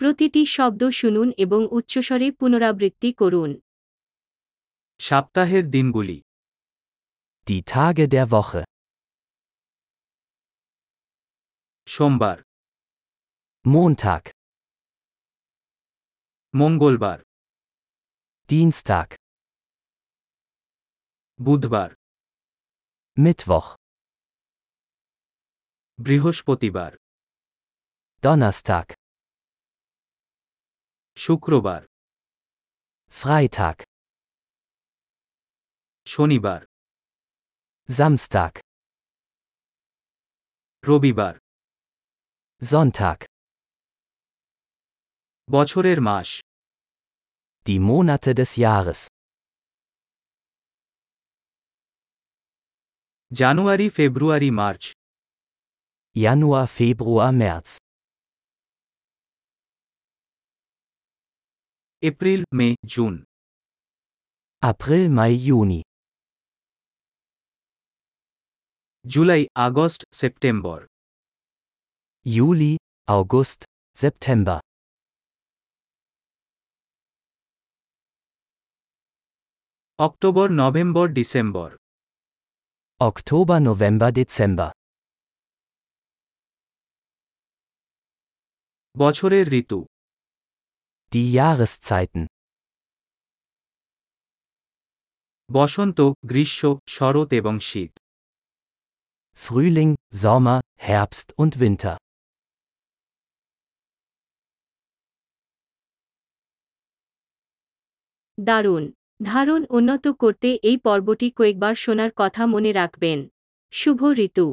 প্রতিটি শব্দ শুনুন এবং উচ্চস্বরে পুনরাবৃত্তি করুন সপ্তাহের দিনগুলি Die Tage der Woche. সোমবার Montag, মঙ্গলবার Dienstag, বুধবার Mittwoch, বৃহস্পতিবার Donnerstag, শুক্রবার Freitag, শনিবার Samstag, রবিবার Sonntag. বছরের মাস Die Monate des Jahres. জানুয়ারি ফেব্রুয়ারি মার্চ Januar, Februar, März, এপ্রিল May June April, Mai, Juni, জুলাই আগস্ট সেপ্টেম্বর Juli, August, September, অক্টোবর November December Oktober, November, Dezember. বছরের ঋতু Die Jahreszeiten. বসন্ত গ্রীষ্ম শরৎ এবং শীত Frühling, Sommer, Herbst und Winter. দারুণ ধারণ উন্নত করতে এই পর্বটি কয়েকবার শোনার কথা মনে রাখবেন শুভ ঋতু